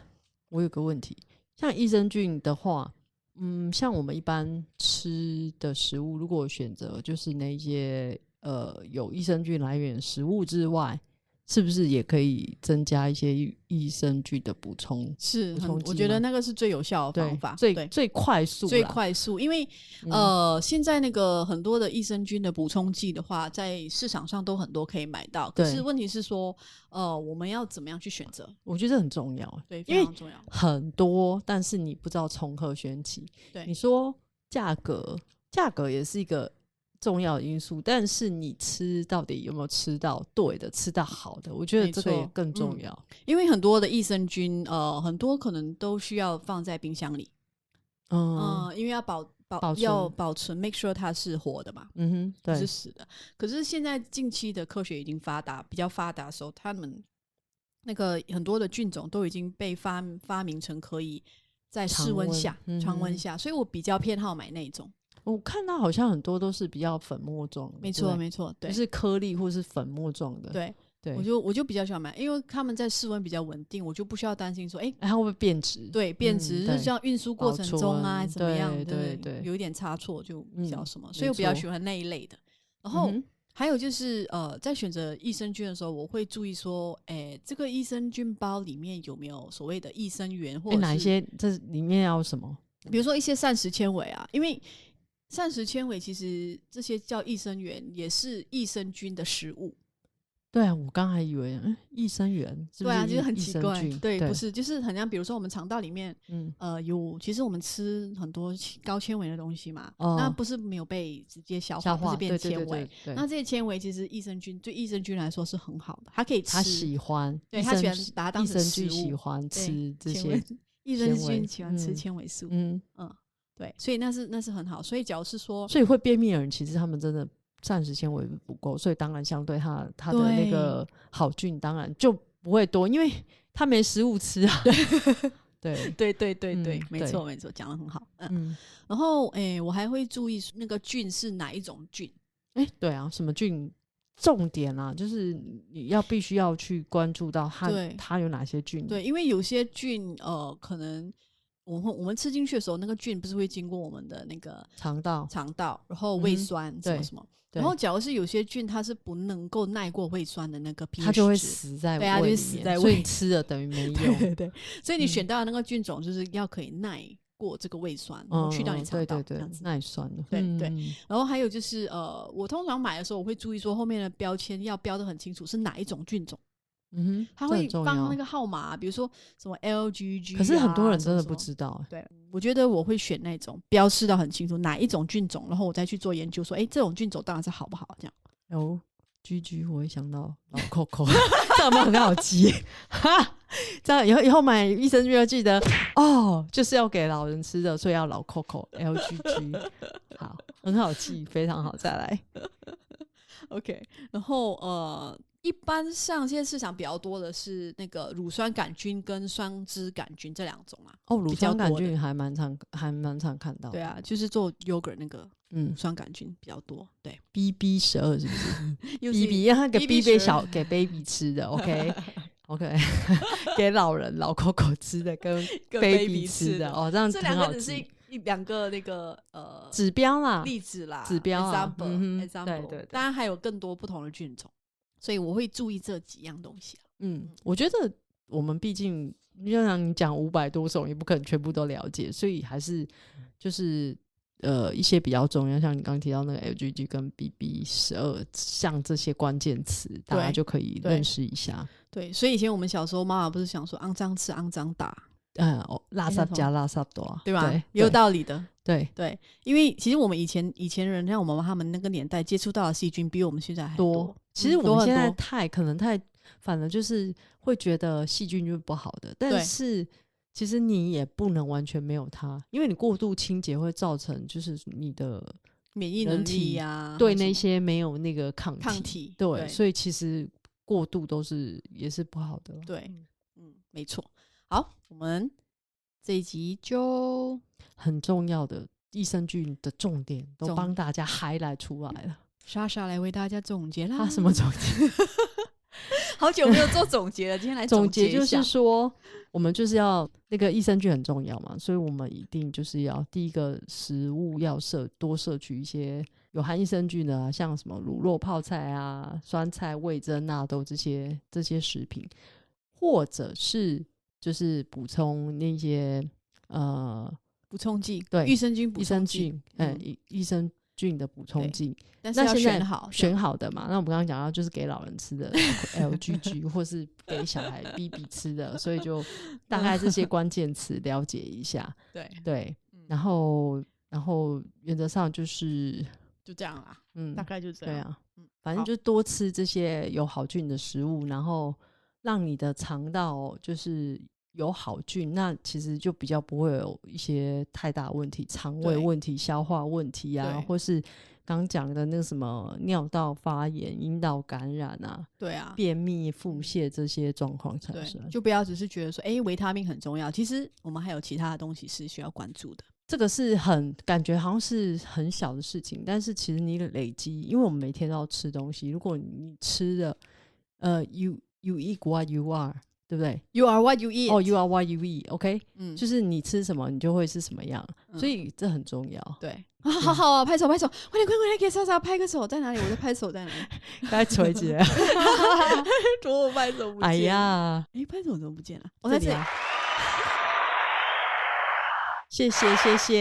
[SPEAKER 1] 我有个问题，像益生菌的话，嗯，像我们一般吃的食物，如果选择就是那些呃有益生菌来源的食物之外，是不是也可以增加一些益益生菌的补充？
[SPEAKER 2] 是
[SPEAKER 1] 补
[SPEAKER 2] 很
[SPEAKER 1] 充，
[SPEAKER 2] 我
[SPEAKER 1] 剂
[SPEAKER 2] 觉得
[SPEAKER 1] 吗
[SPEAKER 2] 那个是最有效的
[SPEAKER 1] 对
[SPEAKER 2] 方法，，
[SPEAKER 1] 最
[SPEAKER 2] 对
[SPEAKER 1] 最快速啦，
[SPEAKER 2] 最快速，因为
[SPEAKER 1] 嗯
[SPEAKER 2] 呃，现在那个很多的益生菌的补充剂的话，在市场上都很多可以买到。可
[SPEAKER 1] 对
[SPEAKER 2] 是问题是说，呃，我们要怎么样去选择？
[SPEAKER 1] 我觉得很重要，
[SPEAKER 2] 对，
[SPEAKER 1] 因
[SPEAKER 2] 非
[SPEAKER 1] 为
[SPEAKER 2] 常重要。
[SPEAKER 1] 很多，但是你不知道从何选起。
[SPEAKER 2] 对
[SPEAKER 1] 你说价格，价格也是一个重要的因素，但是你吃到底有没有吃到对的，吃到好的，我觉得
[SPEAKER 2] 没
[SPEAKER 1] 这个也
[SPEAKER 2] 错
[SPEAKER 1] 更重
[SPEAKER 2] 嗯
[SPEAKER 1] 要。
[SPEAKER 2] 因为很多的益生菌，呃，很多可能都需要放在冰箱里，
[SPEAKER 1] 嗯
[SPEAKER 2] 嗯、
[SPEAKER 1] 嗯
[SPEAKER 2] 因为要保保
[SPEAKER 1] 保存嗯
[SPEAKER 2] 要保存，make sure 它是活的嘛，
[SPEAKER 1] 哼，
[SPEAKER 2] 不是
[SPEAKER 1] 对，
[SPEAKER 2] 死的。可是现在近期的科学已经发达，比较发达的时候，他们那个很多的菌种都已经被发发明成可以在
[SPEAKER 1] 常
[SPEAKER 2] 室温
[SPEAKER 1] 温
[SPEAKER 2] 下
[SPEAKER 1] 嗯
[SPEAKER 2] 常温
[SPEAKER 1] 哼
[SPEAKER 2] 下，所以我比较偏好买那一种。
[SPEAKER 1] 我看到好像很多都是比较粉末状的，
[SPEAKER 2] 没
[SPEAKER 1] 对不
[SPEAKER 2] 错，
[SPEAKER 1] 对
[SPEAKER 2] 没错，对
[SPEAKER 1] 就，是颗粒或是粉末状的。
[SPEAKER 2] 对，
[SPEAKER 1] 对，
[SPEAKER 2] 我就我就比较喜欢买，因为他们在室温比较稳定，我就不需要担心说，哎、
[SPEAKER 1] 哎它会不会变质？，
[SPEAKER 2] 对，变
[SPEAKER 1] 嗯
[SPEAKER 2] 质、
[SPEAKER 1] 对
[SPEAKER 2] 就像运输过
[SPEAKER 1] 保
[SPEAKER 2] 程中啊，
[SPEAKER 1] 存
[SPEAKER 2] 怎么样，
[SPEAKER 1] 对
[SPEAKER 2] 对
[SPEAKER 1] 对对
[SPEAKER 2] 有一点差错就比较
[SPEAKER 1] 嗯
[SPEAKER 2] 什么，
[SPEAKER 1] 没
[SPEAKER 2] 所以我比较
[SPEAKER 1] 错嗯
[SPEAKER 2] 喜欢那一类的。然
[SPEAKER 1] 然
[SPEAKER 2] 后、还有就是呃，在选择益生菌的时候，我会注意说，哎、这个益生菌包里面有没有所谓的益生元，或
[SPEAKER 1] 哎、
[SPEAKER 2] 者
[SPEAKER 1] 哪一
[SPEAKER 2] 是
[SPEAKER 1] 些这里面要什么？
[SPEAKER 2] 比如说一些膳食纤维啊，因为膳食纤维其实这些叫益生元，也是益生菌的食物。
[SPEAKER 1] 对啊，我刚还以为嗯益生元是不
[SPEAKER 2] 对啊，
[SPEAKER 1] 益
[SPEAKER 2] 就是很
[SPEAKER 1] 益
[SPEAKER 2] 奇
[SPEAKER 1] 生
[SPEAKER 2] 怪
[SPEAKER 1] 菌。
[SPEAKER 2] 对，不，是，就是很像，比如说我们肠道里面，
[SPEAKER 1] 嗯，
[SPEAKER 2] 呃，有其实我们吃很多高纤维的东西嘛，
[SPEAKER 1] 哦
[SPEAKER 2] 那不是没有被直接消
[SPEAKER 1] 消
[SPEAKER 2] 不
[SPEAKER 1] 化
[SPEAKER 2] 是变
[SPEAKER 1] 对对对
[SPEAKER 2] 纤维。
[SPEAKER 1] 对对，
[SPEAKER 2] 那这些纤维其实益生菌对益生菌来说是很好的，它可以吃，
[SPEAKER 1] 他喜欢，
[SPEAKER 2] 对
[SPEAKER 1] 益
[SPEAKER 2] 他喜
[SPEAKER 1] 生
[SPEAKER 2] 欢
[SPEAKER 1] 菌
[SPEAKER 2] 把它当
[SPEAKER 1] 益
[SPEAKER 2] 成
[SPEAKER 1] 生
[SPEAKER 2] 食
[SPEAKER 1] 菌喜
[SPEAKER 2] 物
[SPEAKER 1] 欢
[SPEAKER 2] 对
[SPEAKER 1] 吃这
[SPEAKER 2] 纤维
[SPEAKER 1] 些，
[SPEAKER 2] 益生
[SPEAKER 1] 纤维
[SPEAKER 2] 菌喜欢吃
[SPEAKER 1] 嗯
[SPEAKER 2] 纤维素，
[SPEAKER 1] 嗯，
[SPEAKER 2] 嗯，对，所以那是那是很好。所以，假如是说，
[SPEAKER 1] 所以会便秘的人，其实他们真的膳食纤维不够，所以当然相对他他的那
[SPEAKER 2] 对
[SPEAKER 1] 个好菌当然就不会多，因为他没食物吃啊。 对，
[SPEAKER 2] 对对对
[SPEAKER 1] 嗯
[SPEAKER 2] 对，没
[SPEAKER 1] 对
[SPEAKER 2] 错没错，讲的很好。嗯，
[SPEAKER 1] 嗯，
[SPEAKER 2] 然后诶、我还会注意那个菌是哪一种菌。
[SPEAKER 1] 哎、对啊，什么菌？重点啊，就是你要必须要去关注到它
[SPEAKER 2] 对
[SPEAKER 1] 它有哪些菌。
[SPEAKER 2] 对，因为有些菌，呃，可能我们会我们吃进去的时候，那个菌不是会经过我们的那个
[SPEAKER 1] 肠道，
[SPEAKER 2] 肠道，然后胃
[SPEAKER 1] 嗯哼
[SPEAKER 2] 酸、什么
[SPEAKER 1] 对
[SPEAKER 2] 什么。
[SPEAKER 1] 对
[SPEAKER 2] 然后，假如是有些菌，它是不能够耐过胃酸的那个 pH
[SPEAKER 1] 它就会
[SPEAKER 2] 值
[SPEAKER 1] 死在
[SPEAKER 2] 对它啊就
[SPEAKER 1] 胃
[SPEAKER 2] 会
[SPEAKER 1] 里
[SPEAKER 2] 死
[SPEAKER 1] 面
[SPEAKER 2] 在
[SPEAKER 1] 所
[SPEAKER 2] 胃
[SPEAKER 1] 以你吃了等于没
[SPEAKER 2] 对
[SPEAKER 1] 用。
[SPEAKER 2] 对，所以你
[SPEAKER 1] 嗯
[SPEAKER 2] 选到的那个菌种就是要可以耐过这个胃酸，然后去掉你
[SPEAKER 1] 嗯
[SPEAKER 2] 肠道
[SPEAKER 1] 对对
[SPEAKER 2] 这
[SPEAKER 1] 对
[SPEAKER 2] 样，子。
[SPEAKER 1] 那也算了。
[SPEAKER 2] 对
[SPEAKER 1] 嗯
[SPEAKER 2] 对
[SPEAKER 1] 嗯
[SPEAKER 2] 然后还有就是呃，我通常买的时候我会注意说后面的标签要标的很清楚是哪一种菌种，
[SPEAKER 1] 嗯哼，
[SPEAKER 2] 它
[SPEAKER 1] 这很
[SPEAKER 2] 会
[SPEAKER 1] 重
[SPEAKER 2] 放
[SPEAKER 1] 要
[SPEAKER 2] 那个号码、比如说什么 LGG、
[SPEAKER 1] 可是很
[SPEAKER 2] 啊
[SPEAKER 1] 多人真的不
[SPEAKER 2] 道。
[SPEAKER 1] 知道、欸
[SPEAKER 2] 对，我觉得我会选那种标示到很清楚哪一种菌种，然后我再去做研究说，哎，这种菌种当然是好不好这样。哦
[SPEAKER 1] 有 G G，我会想到老 Coco，这 样有没有很好奇？ 哈，这样以后以后买益生菌要记得哦，就是要给老人吃的，所以要老 Coco L G G。好，很好记，非常好。再来，
[SPEAKER 2] OK，然后呃，一般上现在市场比较多的是那个乳酸杆菌跟双脂杆菌这两种啦。
[SPEAKER 1] 哦，乳
[SPEAKER 2] 比较
[SPEAKER 1] 酸杆
[SPEAKER 2] 多的
[SPEAKER 1] 菌还蛮常还蛮常看到。
[SPEAKER 2] 对，啊，就是做 yogurt 那个乳
[SPEAKER 1] 嗯
[SPEAKER 2] 酸杆菌比较多。对
[SPEAKER 1] ，B B 十二是不是
[SPEAKER 2] 是
[SPEAKER 1] ？B B 让他给 B
[SPEAKER 2] BB
[SPEAKER 1] B
[SPEAKER 2] 12
[SPEAKER 1] 小给 baby 吃的，OK。OK，给老人老 Coco 吃的跟
[SPEAKER 2] 跟
[SPEAKER 1] baby
[SPEAKER 2] 吃
[SPEAKER 1] 吃的，哦，这样
[SPEAKER 2] 这两
[SPEAKER 1] 很
[SPEAKER 2] 个
[SPEAKER 1] 好
[SPEAKER 2] 只是
[SPEAKER 1] 记
[SPEAKER 2] 一一两个那个呃
[SPEAKER 1] 指标啦，
[SPEAKER 2] 例子啦，
[SPEAKER 1] 指标啊
[SPEAKER 2] example、
[SPEAKER 1] 嗯哼
[SPEAKER 2] example，
[SPEAKER 1] 对对对
[SPEAKER 2] 当然还有更多不同的菌种，所以我会注意这几样东西啊。
[SPEAKER 1] 嗯，我觉得我们毕竟就像你讲五百多种，也不可能全部都了解，所以还是就是呃一些比较重要，像你刚刚提到那个 LGG 跟 BB 十二，像这些关键词，大家
[SPEAKER 2] 对
[SPEAKER 1] 就可以
[SPEAKER 2] 对
[SPEAKER 1] 认识一下。
[SPEAKER 2] 对，所以以前我们小时候，妈妈不是想说肮脏吃肮脏打，
[SPEAKER 1] 嗯，哦，拉
[SPEAKER 2] 那
[SPEAKER 1] 萨
[SPEAKER 2] 种
[SPEAKER 1] 加拉萨多啊，
[SPEAKER 2] 对吧？也有
[SPEAKER 1] 对
[SPEAKER 2] 道理的。
[SPEAKER 1] 对
[SPEAKER 2] 对，因为其实我们以前以前人，像我妈妈他们那个年代接触到的细菌，比我们现在还
[SPEAKER 1] 多。其实
[SPEAKER 2] 嗯
[SPEAKER 1] 我
[SPEAKER 2] 多
[SPEAKER 1] 们
[SPEAKER 2] 很
[SPEAKER 1] 现在
[SPEAKER 2] 多
[SPEAKER 1] 太可能太，反而就是会觉得细菌就是不好的，但
[SPEAKER 2] 对
[SPEAKER 1] 是其实你也不能完全没有它，因为你过度清洁会造成就是你的
[SPEAKER 2] 免疫
[SPEAKER 1] 人
[SPEAKER 2] 能力
[SPEAKER 1] 体
[SPEAKER 2] 呀、
[SPEAKER 1] 对
[SPEAKER 2] 或什
[SPEAKER 1] 那
[SPEAKER 2] 么
[SPEAKER 1] 些没有那个抗体，
[SPEAKER 2] 抗体，
[SPEAKER 1] 对，
[SPEAKER 2] 对
[SPEAKER 1] 所以其实过度都是也是不好的啦。
[SPEAKER 2] 对
[SPEAKER 1] 嗯，
[SPEAKER 2] 嗯，没错。好，我们这一集就
[SPEAKER 1] 很重要的益生菌的重点都
[SPEAKER 2] 重
[SPEAKER 1] 帮大家 highlight 出来了。
[SPEAKER 2] 莎莎来为大家总结啦。
[SPEAKER 1] 它啊什么？总结？
[SPEAKER 2] 好久没有做哎总结了，今天来
[SPEAKER 1] 总
[SPEAKER 2] 结
[SPEAKER 1] 结
[SPEAKER 2] 一
[SPEAKER 1] 就是
[SPEAKER 2] 下
[SPEAKER 1] 说，我们就是要那个益生菌很重要嘛，所以我们一定就是要第一个食物要摄多摄取一些有含益生菌的、啊，像什么乳酪泡菜啊、酸菜、味增、纳豆这些这些食品，或者是就是补充那些呃
[SPEAKER 2] 补充剂，
[SPEAKER 1] 对
[SPEAKER 2] 益生菌补
[SPEAKER 1] 益生
[SPEAKER 2] 充剂，
[SPEAKER 1] 菌，嗯，
[SPEAKER 2] 嗯
[SPEAKER 1] 益益生菌的补充
[SPEAKER 2] 对
[SPEAKER 1] 剂，
[SPEAKER 2] 但是
[SPEAKER 1] 那
[SPEAKER 2] 要
[SPEAKER 1] 现在
[SPEAKER 2] 选好，
[SPEAKER 1] 选好的嘛，那我们刚刚讲到就是给老人吃的 LGG，或是给小孩 BB 吃的，所以就大概这些关键词了解一下。
[SPEAKER 2] 对，
[SPEAKER 1] 对
[SPEAKER 2] 嗯，
[SPEAKER 1] 然后然后原则上就是
[SPEAKER 2] 就这样啦，
[SPEAKER 1] 嗯
[SPEAKER 2] 大，概就这
[SPEAKER 1] 对
[SPEAKER 2] 样。
[SPEAKER 1] 啊
[SPEAKER 2] 嗯，
[SPEAKER 1] 反正
[SPEAKER 2] 好
[SPEAKER 1] 就多吃这些有好菌的食物，然后让你的肠道就是。有好菌，那其实就比较不会有一些太大问题，肠胃
[SPEAKER 2] 对
[SPEAKER 1] 问题、消化问题啊
[SPEAKER 2] 对，
[SPEAKER 1] 或是刚讲的那个什么尿道发炎、阴道感染啊、
[SPEAKER 2] 对啊，
[SPEAKER 1] 便秘、腹泻这些状况产
[SPEAKER 2] 对
[SPEAKER 1] 生。，
[SPEAKER 2] 就不要只是觉得说，哎、维他命很重要，其实我们还有其他的东西是需要关注的。
[SPEAKER 1] 这个是很感觉好像是很小的事情，但是其实你累积，因为我们每天都要吃东西，如果你吃的呃，you you eat what you are，对不对？
[SPEAKER 2] You are what you eat，
[SPEAKER 1] 哦、y o u are what you eat，OK，、
[SPEAKER 2] 嗯，
[SPEAKER 1] 就是你吃什么，你就会是什么样，所以这很重要。
[SPEAKER 2] 对啊， 好好啊，拍手拍手，快点快点快点给莎莎拍个手，在哪里？我在拍手，在哪 里？
[SPEAKER 1] 该锤 姐，
[SPEAKER 2] 怎么我拍手不见？
[SPEAKER 1] 哎，呀，
[SPEAKER 2] 哎、拍手怎么不见了？
[SPEAKER 1] 我
[SPEAKER 2] 我在
[SPEAKER 1] 在这
[SPEAKER 2] 这里啊
[SPEAKER 1] 里。。啊谢谢谢谢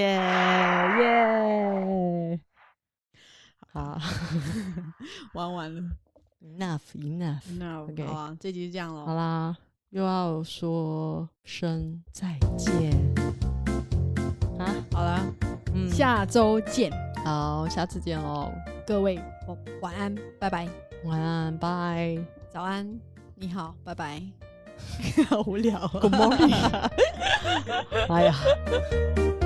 [SPEAKER 1] 耶！ 好
[SPEAKER 2] 玩完了
[SPEAKER 1] ，enough enough，
[SPEAKER 2] ，No，
[SPEAKER 1] OK
[SPEAKER 2] 好啊，这集就这样
[SPEAKER 1] 好
[SPEAKER 2] 喽，
[SPEAKER 1] 啦，又要说声再见啊！
[SPEAKER 2] 好啦，
[SPEAKER 1] 嗯，
[SPEAKER 2] 下周见，
[SPEAKER 1] 好，下次见哦喽，
[SPEAKER 2] 各位，我晚安，拜拜，
[SPEAKER 1] 晚安，拜
[SPEAKER 2] 早安，你好，拜拜， 好无聊、啊
[SPEAKER 1] ，Good morning，哎呀。